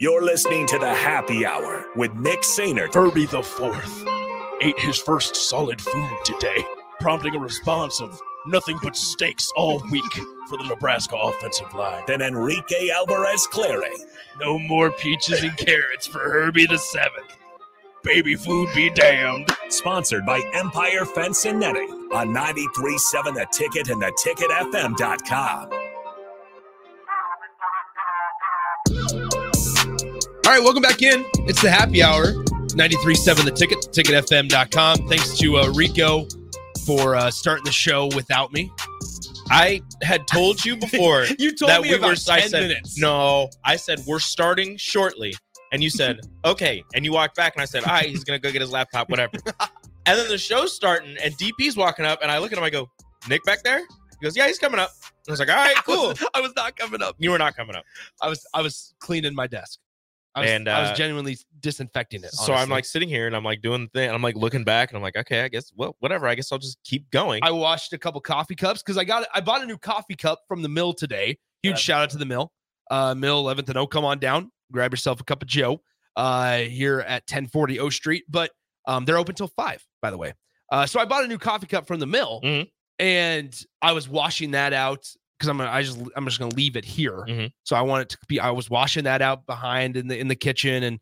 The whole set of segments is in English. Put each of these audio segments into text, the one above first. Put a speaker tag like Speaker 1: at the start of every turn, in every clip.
Speaker 1: You're listening to the Happy Hour with Nick Sainert.
Speaker 2: Furby the Fourth ate his first solid food today, prompting a response of nothing but steaks all week for the Nebraska offensive line.
Speaker 1: Then Enrique Alvarez Clary.
Speaker 2: No more peaches and carrots for Herbie the Seventh. Baby food be damned.
Speaker 1: Sponsored by Empire Fence and Netting on 937 The Ticket and theticketfm.com.
Speaker 3: All right, welcome back in. It's the happy hour. 93.7 The Ticket, ticketfm.com. Thanks to uh, Rico for uh, starting the show without me. I had told you before
Speaker 4: You told
Speaker 3: that
Speaker 4: me
Speaker 3: we
Speaker 4: about
Speaker 3: were. I
Speaker 4: 10
Speaker 3: said
Speaker 4: minutes.
Speaker 3: no. I said we're starting shortly, and you said okay, and you walked back, and I said, all right, he's gonna go get his laptop, whatever. and then the show's starting, and DP's walking up, and I look at him, I go, Nick back there? He goes, yeah, he's coming up. I was like, all right,
Speaker 4: I
Speaker 3: cool.
Speaker 4: was, I was not coming up.
Speaker 3: you were not coming up,
Speaker 4: I was I was cleaning my desk. I was,
Speaker 3: And,
Speaker 4: I
Speaker 3: uh,
Speaker 4: was genuinely disinfecting it.
Speaker 3: so I'm
Speaker 4: honestly.
Speaker 3: like sitting here, and I'm like doing the thing, and I'm like looking back, and I'm like, okay, I guess well, whatever. I guess I'll just keep going.
Speaker 4: I washed a couple coffee cups because I got I bought a new coffee cup from the mill today. Huge shout out to the mill. Uh Mill 11th and O. Come on down. Grab yourself a cup of Joe uh here at 1040 O Street. But um they're open till five, by the way. Uh so I bought a new coffee cup from the mill
Speaker 3: Mhm.
Speaker 4: and I was washing that out because I'm gonna I just I'm just gonna leave it here.
Speaker 3: Mhm.
Speaker 4: So I want it to be I was washing that out behind in the in the kitchen and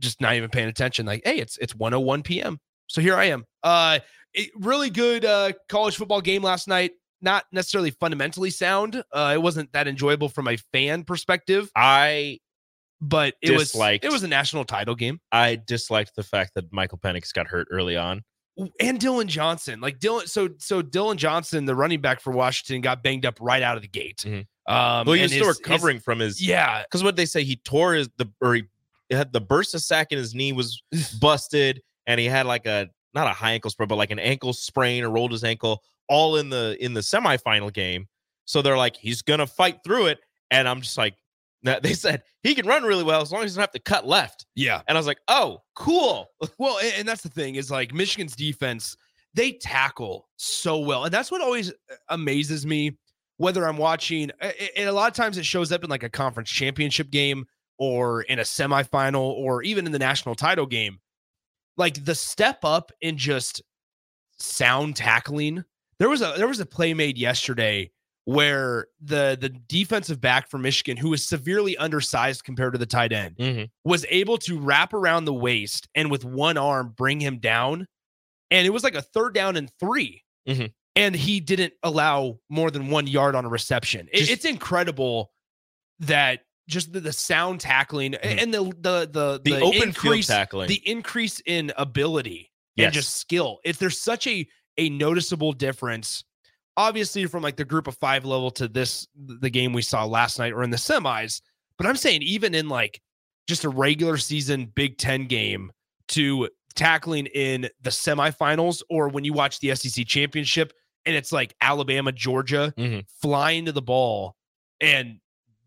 Speaker 4: just not even paying attention. Like, hey, it's oh it's 101 p.m. So here I am. Uh it, really good uh, college football game last night. Not necessarily fundamentally sound. Uh, it wasn't that enjoyable from a fan perspective,
Speaker 3: I
Speaker 4: but it
Speaker 3: Disliked.
Speaker 4: was it was a national title game.
Speaker 3: I disliked the fact that Michael Penix got hurt early on.
Speaker 4: And Dylan Johnson, like Dylan, so so Dylan Johnson, the running back for Washington, got banged up right out of the gate.
Speaker 3: Mhm.
Speaker 4: Um,
Speaker 3: well, he was
Speaker 4: and
Speaker 3: still
Speaker 4: his- his-
Speaker 3: recovering from his
Speaker 4: yeah,
Speaker 3: because what they say he tore his the or he had the burst of sack in his knee was busted and he had like a not a high ankle sprain but like an ankle sprain or rolled his ankle all in the in the semifinal game so they're like he's gonna fight through it and i'm just like nah, they said he can run really well as long as he doesn't have to cut left
Speaker 4: yeah.
Speaker 3: and i was like oh cool
Speaker 4: Well, and, and that's the thing is like Michigan's defense, they tackle so well. And that's what always uh, amazes me, whether I'm watching, a- a- and a lot of times it shows up in like a conference championship game or in a semifinal or even in the national title game. Like the step up in just sound tackling. There was a there was a play made yesterday where the the defensive back for Michigan, who was severely undersized compared to the tight end, was able to wrap around the waist and with one arm bring him down. And it was like a third down and 3
Speaker 3: Mhm.
Speaker 4: And he didn't allow more than one yard on a reception. It-
Speaker 3: Just-
Speaker 4: it's incredible that just the, the sound tackling a-
Speaker 3: Mhm.
Speaker 4: and the the the,
Speaker 3: the, open
Speaker 4: increase,
Speaker 3: field tackling
Speaker 4: the increase in ability
Speaker 3: yes.
Speaker 4: and just skill. It's there's such a a noticeable difference, obviously from like the group of five level to this the game we saw last night or in the semis. But I'm saying even in like just a regular season Big Ten game to tackling in the semifinals or when you watch the SEC championship and it's like Alabama, Georgia
Speaker 3: Mhm.
Speaker 4: flying to the ball and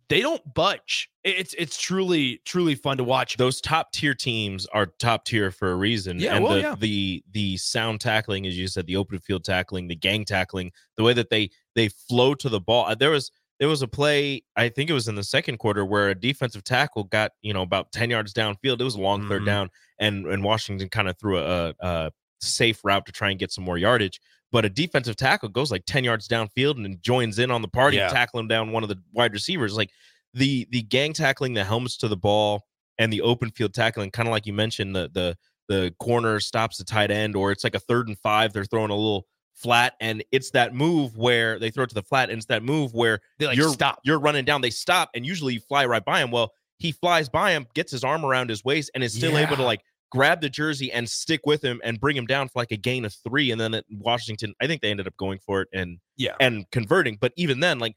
Speaker 4: they don't budge. It- It's it's truly truly fun to watch.
Speaker 3: those top tier teams are top tier for a reason.
Speaker 4: Yeah,
Speaker 3: and
Speaker 4: well,
Speaker 3: the,
Speaker 4: yeah.
Speaker 3: the the sound tackling, as you said, the open field tackling, the gang tackling, the way that they they flow to the ball. Uh, There was there was a play, I think it was in the second quarter, where a defensive tackle got you know about ten yards downfield. It was a long third
Speaker 4: Mhm.
Speaker 3: down, and and Washington kind of threw a, a safe route to try and get some more yardage. But a defensive tackle goes like ten yards downfield and then joins in on the party,
Speaker 4: Yeah.
Speaker 3: and tackling down one of the wide receivers. Like the the gang tackling, the helmets to the ball, and the open field tackling, kind of like you mentioned, the the the corner stops the tight end, or it's like a third and five. They're throwing a little flat, and it's that move where they throw it to the flat, and it's that move where
Speaker 4: They like
Speaker 3: you're
Speaker 4: stop.
Speaker 3: you're running down. They stop, and usually you fly right by him. Well, he flies by him, gets his arm around his waist, and is still able to
Speaker 4: Yeah.
Speaker 3: like grab the jersey and stick with him and bring him down for like a gain of three. And then at Washington, I think they ended up going for it and
Speaker 4: Yeah.
Speaker 3: and converting. But even then, like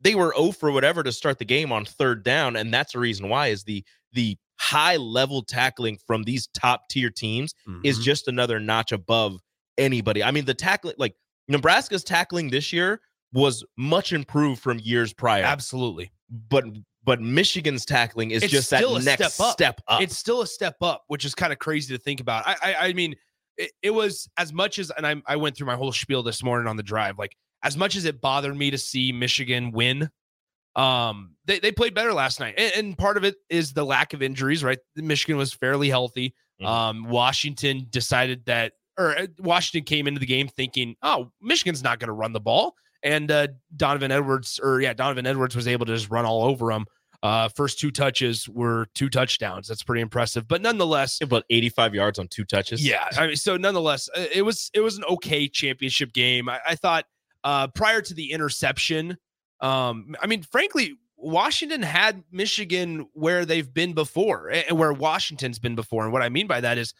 Speaker 3: they were 0 for whatever to start the game on third down, and that's the reason why is the the high level tackling from these top tier teams
Speaker 4: Mm-hmm.
Speaker 3: is just another notch above anybody. I mean, the tackling, like Nebraska's tackling this year was much improved from years prior,
Speaker 4: absolutely.
Speaker 3: but but Michigan's tackling is
Speaker 4: It's
Speaker 3: just that
Speaker 4: still a
Speaker 3: next
Speaker 4: step up.
Speaker 3: up.
Speaker 4: It's still a step up, which is kind of crazy to think about. I, I, I mean, it, it was as much as, and I, I went through my whole spiel this morning on the drive. Like as much as it bothered me to see Michigan win, Um, they, they played better last night, and, and part of it is the lack of injuries. Right, Michigan was fairly healthy.
Speaker 3: Mhm.
Speaker 4: Um, Washington decided that, or uh, Washington came into the game thinking, oh, Michigan's not going to run the ball, and uh, Donovan Edwards, or yeah, Donovan Edwards was able to just run all over him. Uh, first two touches were two touchdowns. That's pretty impressive, but nonetheless,
Speaker 3: About 85 yards on two touches.
Speaker 4: yeah, I mean, so nonetheless, uh, it was it was an okay championship game. I, I thought uh, prior to the interception, um, I mean, frankly, Washington had Michigan where they've been before, a- and where Washington's been before. And what I mean by that is,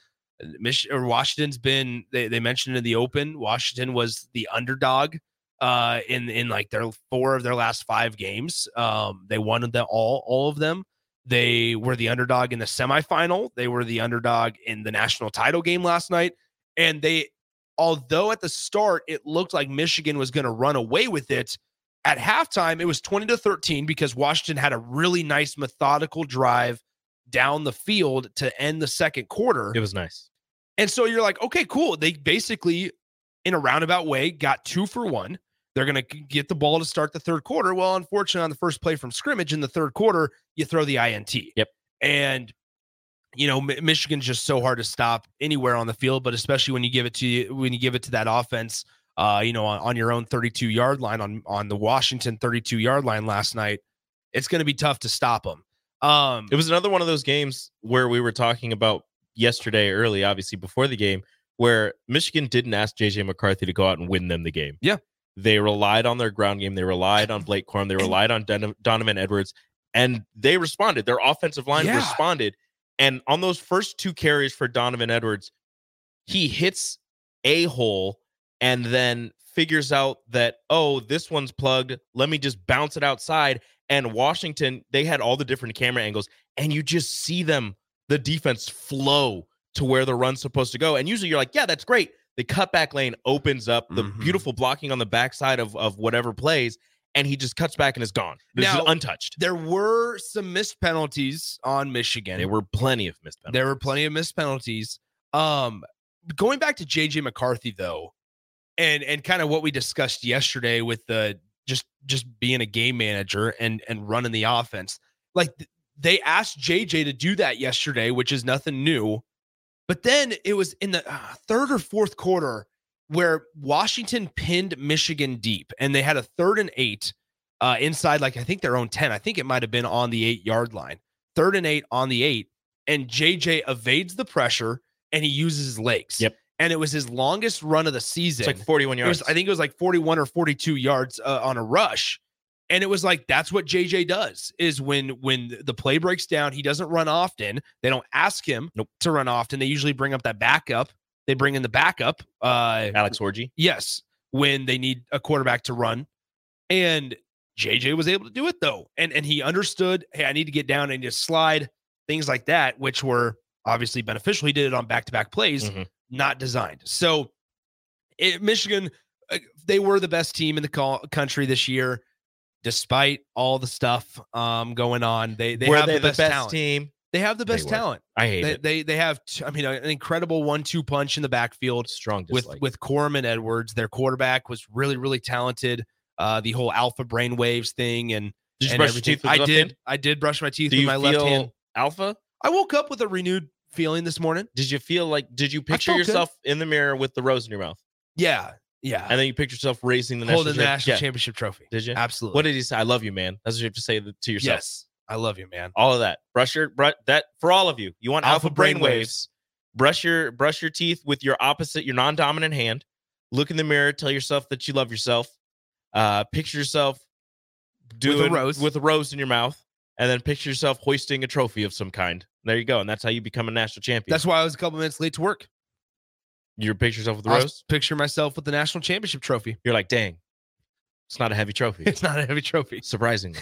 Speaker 4: uh, Mich- or Washington's been they, they mentioned in the open, Washington was the underdog uh in in like their four of their last five games um they won the all all of them they were the underdog in the semifinal. They were the underdog in the national title game last night. And they, although at the start it looked like Michigan was going to run away with it, at halftime it was 20 to 13 because Washington had a really nice methodical drive down the field to end the second quarter.
Speaker 3: It was nice.
Speaker 4: And so you're like, okay, cool. They basically, in a roundabout way, got two for one. They're going to get the ball to start the third quarter. Well, unfortunately, on the first play from scrimmage in the third quarter, you throw the INT.
Speaker 3: Yep.
Speaker 4: And, you know, Mi- Michigan's just so hard to stop anywhere on the field, but especially when you give it to you, when you give it to that offense, uh, you know, on, on your own 32 yard line on on the Washington 32 yard line last night, it's going to be tough to stop them. Um,
Speaker 3: It was another one of those games where we were talking about yesterday early, obviously before the game, where Michigan didn't ask JJ McCarthy to go out and win them the game.
Speaker 4: Yeah.
Speaker 3: They relied on their ground game. They relied on Blake Corm. They relied on Den- Donovan Edwards. And they responded. Their offensive line
Speaker 4: Yeah.
Speaker 3: responded. And on those first two carries for Donovan Edwards, he hits a hole and then figures out that, oh, this one's plugged. Let me just bounce it outside. And Washington, they had all the different camera angles, and you just see them, the defense flow to where the run's supposed to go. And usually you're like, yeah, that's great. The cutback lane opens up the
Speaker 4: Mhm.
Speaker 3: beautiful blocking on the backside of, of whatever plays, and he just cuts back and is gone. This is
Speaker 4: Now-
Speaker 3: untouched.
Speaker 4: there were some missed penalties on Michigan.
Speaker 3: There were plenty of missed penalties.
Speaker 4: There were plenty of missed penalties. Um, going back to JJ McCarthy though, and and kind of what we discussed yesterday with the just just being a game manager and and running the offense. Like th- they asked JJ to do that yesterday, which is nothing new. But then it was in the uh, third or fourth quarter where Washington pinned Michigan deep, and they had a third and eight uh, inside, like I think their own ten. I think it might have been on the eight yard line. Third and eight on the eight and JJ evades the pressure and he uses his legs.
Speaker 3: Yep.
Speaker 4: And it was his longest run of the season.
Speaker 3: It's like 41
Speaker 4: It
Speaker 3: yards.
Speaker 4: was, I think it was like 41 or 42 yards uh, on a rush. And it was like that's what JJ does is when when the play breaks down, he doesn't run often. They don't ask him
Speaker 3: Nope.
Speaker 4: to run often. They usually bring up that backup. They bring in the backup. Uh,
Speaker 3: Alex Orgy.
Speaker 4: Yes, when they need a quarterback to run. And JJ was able to do it though. And and he understood, hey, I need to get down and just slide, things like that, which were obviously beneficial. He did it on back-to-back plays,
Speaker 3: Mhm.
Speaker 4: not designed. So it, Michigan, uh, they were the best team in the co- country this year, despite all the stuff um, going on. They they
Speaker 3: were
Speaker 4: have
Speaker 3: they
Speaker 4: the best, talent.
Speaker 3: team?
Speaker 4: They have the
Speaker 3: They
Speaker 4: best
Speaker 3: were.
Speaker 4: talent.
Speaker 3: I hate
Speaker 4: They,
Speaker 3: it.
Speaker 4: they they have, t- I mean, an incredible one-two punch in the backfield
Speaker 3: Strong
Speaker 4: with
Speaker 3: dislike.
Speaker 4: with Corman Edwards. Their quarterback was really really talented. Uh, the whole alpha brainwaves thing and,
Speaker 3: did you
Speaker 4: and
Speaker 3: brush your
Speaker 4: everything.
Speaker 3: teeth? With
Speaker 4: I
Speaker 3: your left
Speaker 4: did.
Speaker 3: hand?
Speaker 4: I did brush my teeth
Speaker 3: Do
Speaker 4: with
Speaker 3: you
Speaker 4: my
Speaker 3: feel
Speaker 4: left hand.
Speaker 3: alpha?
Speaker 4: I woke up with a renewed feeling this morning.
Speaker 3: Did you feel like? Did you picture
Speaker 4: felt good.
Speaker 3: yourself in the mirror with the rose in your mouth,
Speaker 4: Yeah, yeah.
Speaker 3: and then you picture yourself raising the national?
Speaker 4: Holding the
Speaker 3: champ-
Speaker 4: national
Speaker 3: Yeah.
Speaker 4: championship trophy.
Speaker 3: Did you?
Speaker 4: Absolutely.
Speaker 3: What did he say? I love you, man. That's what you have to say th- to yourself.
Speaker 4: yes, I love you, man.
Speaker 3: All of that. Brush your brush, that for all of you. You want alpha,
Speaker 4: Alpha
Speaker 3: brain
Speaker 4: brainwaves.
Speaker 3: waves. Brush your brush your teeth with your opposite, your non-dominant hand. Look in the mirror. Tell yourself that you love yourself. Uh, picture yourself doing
Speaker 4: rose.
Speaker 3: with a rose in your mouth, and then picture yourself hoisting a trophy of some kind. There you go, and that's how you become a national champion.
Speaker 4: That's why I was a couple minutes late to work.
Speaker 3: you picture yourself with a
Speaker 4: I was
Speaker 3: rose.
Speaker 4: picturing myself with the national championship trophy.
Speaker 3: You're like, dang, it's not a heavy trophy.
Speaker 4: It's not a heavy trophy.
Speaker 3: Surprisingly,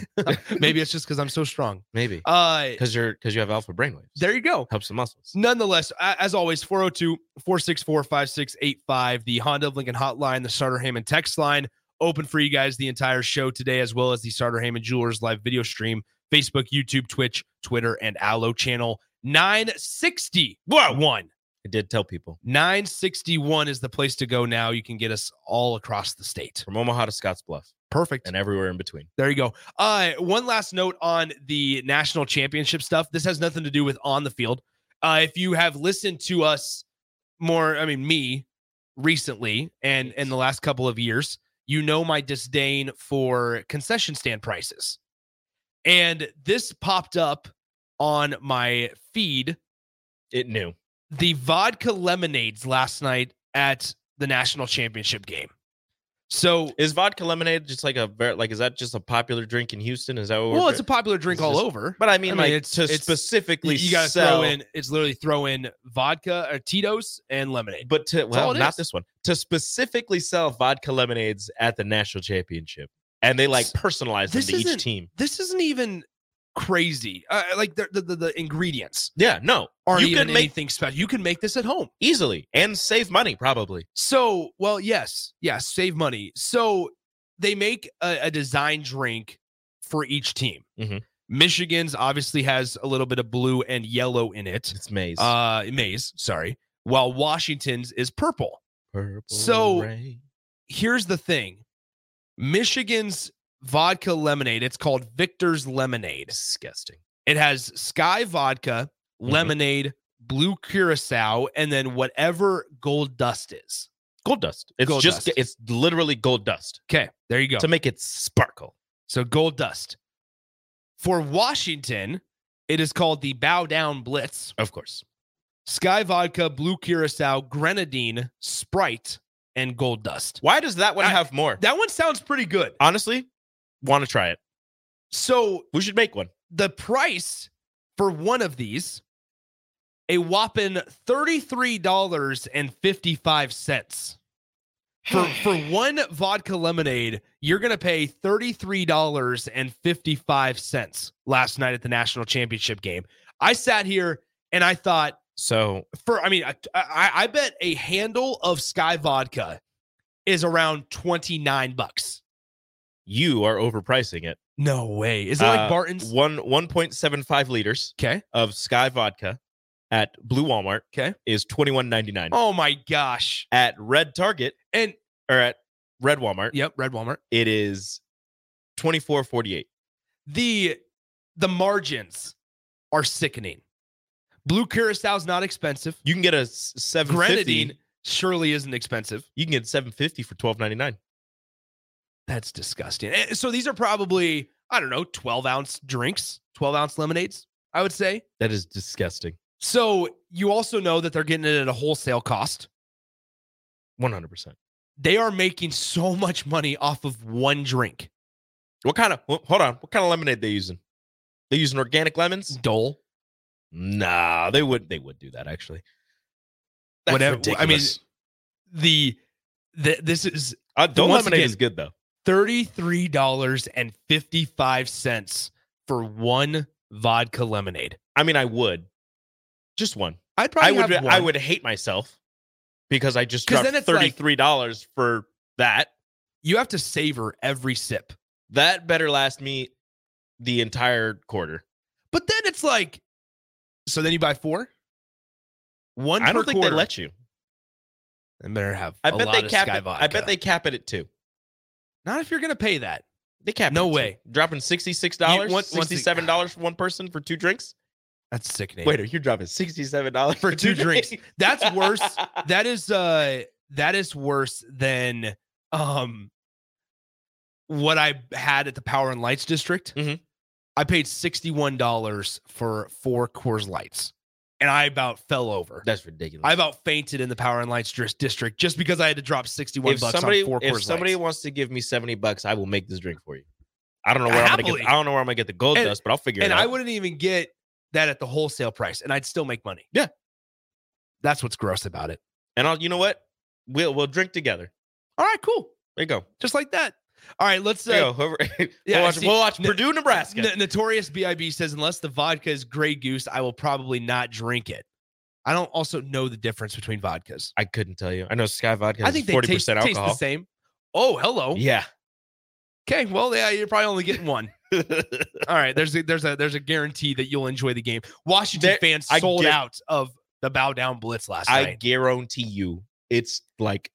Speaker 4: Maybe it's just because I'm so strong.
Speaker 3: maybe
Speaker 4: Uh,
Speaker 3: because you're because you have alpha brainwaves.
Speaker 4: there Mm. you go.
Speaker 3: helps the muscles.
Speaker 4: Nonetheless, a- as always, 402 464 5685, the Honda of Lincoln hotline, the Starter Heyman text line, open for you guys the entire show today, as well as the Starter Heyman Jewelers live video stream, Facebook, YouTube, Twitch, Twitter, and Allo channel 960. What one?
Speaker 3: I did tell people
Speaker 4: 961 is the place to go now. You can get us all across the state.
Speaker 3: from Omaha to Scottsbluff.
Speaker 4: Perfect.
Speaker 3: and everywhere in between.
Speaker 4: There you go. Uh, one last note on the national championship stuff. This has nothing to do with on the field. Uh, if you have listened to us more, I mean me recently and in the last couple of years, you know my disdain for concession stand prices. And this popped up on my feed
Speaker 3: It knew.
Speaker 4: the vodka lemonades last night at the national championship game. So
Speaker 3: Is vodka lemonade just like a ver- like is that just a popular drink in Houston? Is that what?
Speaker 4: well,
Speaker 3: we're
Speaker 4: it's a popular drink
Speaker 3: it's
Speaker 4: all
Speaker 3: just-
Speaker 4: over.
Speaker 3: but I mean,
Speaker 4: I mean,
Speaker 3: like
Speaker 4: it's-
Speaker 3: to
Speaker 4: it's-
Speaker 3: specifically
Speaker 4: you gotta
Speaker 3: sell,
Speaker 4: throw in it's literally throw in vodka or Tito's and lemonade.
Speaker 3: but to well,
Speaker 4: all it
Speaker 3: not
Speaker 4: is.
Speaker 3: this one to specifically sell vodka lemonades at the national championship, and they like
Speaker 4: S-
Speaker 3: personalize them
Speaker 4: this
Speaker 3: to each
Speaker 4: isn't-
Speaker 3: team.
Speaker 4: This isn't even crazy. Uh, like the, the the the ingredients
Speaker 3: Yeah, no,
Speaker 4: aren't
Speaker 3: you
Speaker 4: even
Speaker 3: can make
Speaker 4: anything special. You can make this at home.
Speaker 3: easily and save money probably.
Speaker 4: So, well, yes, yes, save money. So they make a, a design drink for each team.
Speaker 3: Mhm.
Speaker 4: Michigan's obviously has a little bit of blue and yellow in it.
Speaker 3: It's maze.
Speaker 4: Uh, maize, sorry. While Washington's is purple.
Speaker 3: Purple
Speaker 4: so-
Speaker 3: rain.
Speaker 4: here's the thing Michigan's vodka lemonade, it's called Victor's Lemonade.
Speaker 3: disgusting.
Speaker 4: It has sky vodka,
Speaker 3: Mhm.
Speaker 4: lemonade, blue curacao, and then whatever gold dust is.
Speaker 3: Gold dust. It's
Speaker 4: Gold
Speaker 3: just
Speaker 4: dust.
Speaker 3: it's literally gold dust
Speaker 4: Okay, there you go.
Speaker 3: to make it sparkle.
Speaker 4: So gold dust. For Washington, it is called the Bow Down Blitz.
Speaker 3: Of course,
Speaker 4: Sky vodka, blue curacao, grenadine, Sprite, and gold dust.
Speaker 3: why does that one
Speaker 4: I-
Speaker 3: have more?
Speaker 4: That one sounds pretty good.
Speaker 3: Honestly, want to try it.
Speaker 4: So
Speaker 3: We should make one.
Speaker 4: the price for one of these a whopping $33.55 for for one vodka lemonade you're going to pay $33.55 last night at the national championship game i sat here and i thought
Speaker 3: So
Speaker 4: for i mean i i, I bet a handle of sky vodka is around 29 bucks
Speaker 3: you are overpricing it.
Speaker 4: no way is it
Speaker 3: Uh,
Speaker 4: like barton's
Speaker 3: One one point seven five liters
Speaker 4: okay
Speaker 3: of Sky Vodka at Blue Walmart
Speaker 4: Okay.
Speaker 3: is twenty one ninety nine.
Speaker 4: oh my gosh
Speaker 3: At Red Target
Speaker 4: and
Speaker 3: or at Red Walmart,
Speaker 4: Yep, Red Walmart.
Speaker 3: it is twenty four forty eight.
Speaker 4: The the margins are sickening. Blue Curacao's not expensive.
Speaker 3: You can get a seven
Speaker 4: Grenadine
Speaker 3: fifty.
Speaker 4: surely isn't expensive.
Speaker 3: You can get seven fifty for twelve ninety nine.
Speaker 4: That's disgusting. Eh, So these are probably, I don't know, 12 ounce drinks, 12 ounce lemonades, I would say.
Speaker 3: That is disgusting.
Speaker 4: So you also know that they're getting it at a wholesale cost.
Speaker 3: One hundred percent.
Speaker 4: They are making so much money off of one drink.
Speaker 3: What kind of wh- hold on? What kind of lemonade they using? They using organic lemons?
Speaker 4: Dole.
Speaker 3: Nah, they would. They would do that actually.
Speaker 4: Whatever- I mean,
Speaker 3: ridiculous.
Speaker 4: The, the this is
Speaker 3: uh, Dole
Speaker 4: once
Speaker 3: lemonade
Speaker 4: again-
Speaker 3: is good though.
Speaker 4: $33.55 for one vodka lemonade.
Speaker 3: I mean, I would. Just one.
Speaker 4: I'd
Speaker 3: I
Speaker 4: probably
Speaker 3: would.
Speaker 4: have
Speaker 3: I
Speaker 4: one.
Speaker 3: would hate myself because I just
Speaker 4: 'Cause
Speaker 3: dropped
Speaker 4: then it's
Speaker 3: thirty
Speaker 4: like-
Speaker 3: three dollars for that.
Speaker 4: You have to savor every sip.
Speaker 3: That better last me the entire quarter.
Speaker 4: But then it's like, so then you buy four? One
Speaker 3: I
Speaker 4: per
Speaker 3: don't think
Speaker 4: quarter.
Speaker 3: they let you.
Speaker 4: I better have.
Speaker 3: I
Speaker 4: a
Speaker 3: bet
Speaker 4: lot
Speaker 3: they
Speaker 4: of
Speaker 3: cap
Speaker 4: Sky
Speaker 3: it. I bet
Speaker 4: vodka.
Speaker 3: they cap it at two.
Speaker 4: Not if you're gonna pay that.
Speaker 3: They cap. it
Speaker 4: No
Speaker 3: at two.
Speaker 4: way.
Speaker 3: Dropping sixty six dollars,
Speaker 4: once- once
Speaker 3: sixty
Speaker 4: they-
Speaker 3: seven dollars for one person for two drinks.
Speaker 4: That's sickening.
Speaker 3: Waiter, you're dropping sixty seven dollars
Speaker 4: For two drinks. that's worse. that is uh that is worse than um what I had at the Power and Lights District.
Speaker 3: Mhm.
Speaker 4: I paid sixty-one dollars for four Coors Lights, and I about fell over.
Speaker 3: That's ridiculous.
Speaker 4: I about fainted in the Power and Lights dris- District just because I had to drop sixty-one
Speaker 3: if
Speaker 4: bucks
Speaker 3: somebody
Speaker 4: on four Coors
Speaker 3: if somebody
Speaker 4: Lights.
Speaker 3: wants to give me 70 bucks i will make this drink for you i don't know where i'm gonna
Speaker 4: Happily.
Speaker 3: get i don't know where i'm gonna get the gold
Speaker 4: And-
Speaker 3: dust but i'll figure
Speaker 4: and
Speaker 3: it out
Speaker 4: I wouldn't even get that at the wholesale price, and I'd still make money.
Speaker 3: Yeah.
Speaker 4: that's what's gross about it.
Speaker 3: and i'll you know what we'll we'll drink together
Speaker 4: All right, cool,
Speaker 3: there you go
Speaker 4: just like that. All right, let's
Speaker 3: there you
Speaker 4: uh,
Speaker 3: go whoever
Speaker 4: yeah,
Speaker 3: we'll watch,
Speaker 4: see,
Speaker 3: we'll watch
Speaker 4: n-
Speaker 3: purdue nebraska
Speaker 4: N- Notorious BIB says, unless the vodka is Grey Goose, I will probably not drink it. I don't also know the difference between vodkas.
Speaker 3: i couldn't tell you i know sky vodka
Speaker 4: I
Speaker 3: has
Speaker 4: think they
Speaker 3: 40%
Speaker 4: taste, taste the
Speaker 3: alcohol
Speaker 4: same. Oh, hello.
Speaker 3: yeah
Speaker 4: Okay, well, yeah, you're probably only getting one. All right, there's a, there's a there's a guarantee that you'll enjoy the game. Washington
Speaker 3: There-
Speaker 4: fans
Speaker 3: I
Speaker 4: sold
Speaker 3: gu-
Speaker 4: out of the bow down blitz last
Speaker 3: i
Speaker 4: night.
Speaker 3: guarantee you it's like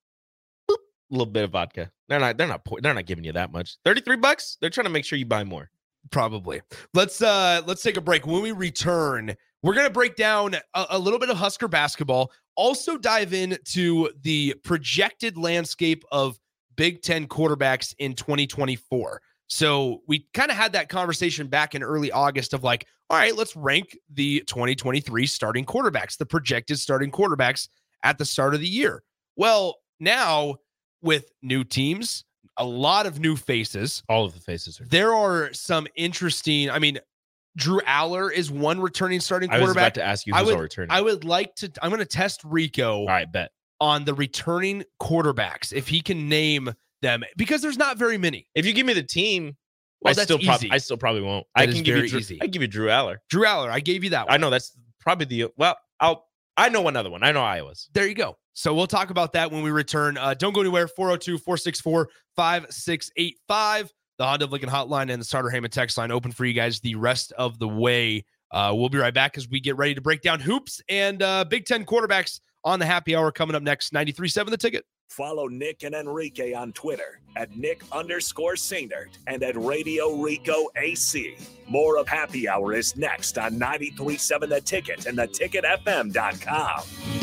Speaker 3: boop, little bit of vodka. They're not. They're not. po- They're not giving you that much. Thirty three bucks. They're trying to make sure you buy more.
Speaker 4: probably let's uh let's take a break when we return we're gonna break down a, a little bit of husker basketball also dive into the projected landscape of big 10 quarterbacks in 2024 so we kind of had that conversation back in early august of like all right let's rank the 2023 starting quarterbacks the projected starting quarterbacks at the start of the year well now with new teams a lot of new faces
Speaker 3: All of the faces are.
Speaker 4: there are some interesting. I mean, Drew Aller is one returning starting
Speaker 3: I was about
Speaker 4: quarterback.
Speaker 3: to ask you
Speaker 4: I
Speaker 3: who's
Speaker 4: would-
Speaker 3: all returning.
Speaker 4: I would like to. I'm going to test Rico
Speaker 3: all right, bet.
Speaker 4: on the returning quarterbacks if he can name them because there's not very many.
Speaker 3: If you give me the team,
Speaker 4: Well,
Speaker 3: I
Speaker 4: that's
Speaker 3: still probably
Speaker 4: easy.
Speaker 3: I still probably won't. I
Speaker 4: That is
Speaker 3: can give you
Speaker 4: very
Speaker 3: Drew,
Speaker 4: easy.
Speaker 3: I give you Drew Aller.
Speaker 4: Drew Aller, I gave you that one.
Speaker 3: I know that's probably the well. I'll I know another one. I know Iowa's.
Speaker 4: There you go. So we'll talk about that when we return. Uh, don't go anywhere. 402 464 5685. The Honda of Lincoln hotline and the starter Heyman text line open for you guys the rest of the way. Uh, we'll be right back as we get ready to break down hoops and uh, Big Ten quarterbacks on the happy hour coming up next. 93.7 the ticket.
Speaker 1: Follow Nick and Enrique on Twitter at Nick underscore Sainert and at Radio Rico AC. More of Happy Hour is next on 937 The Ticket and theticketfm.com.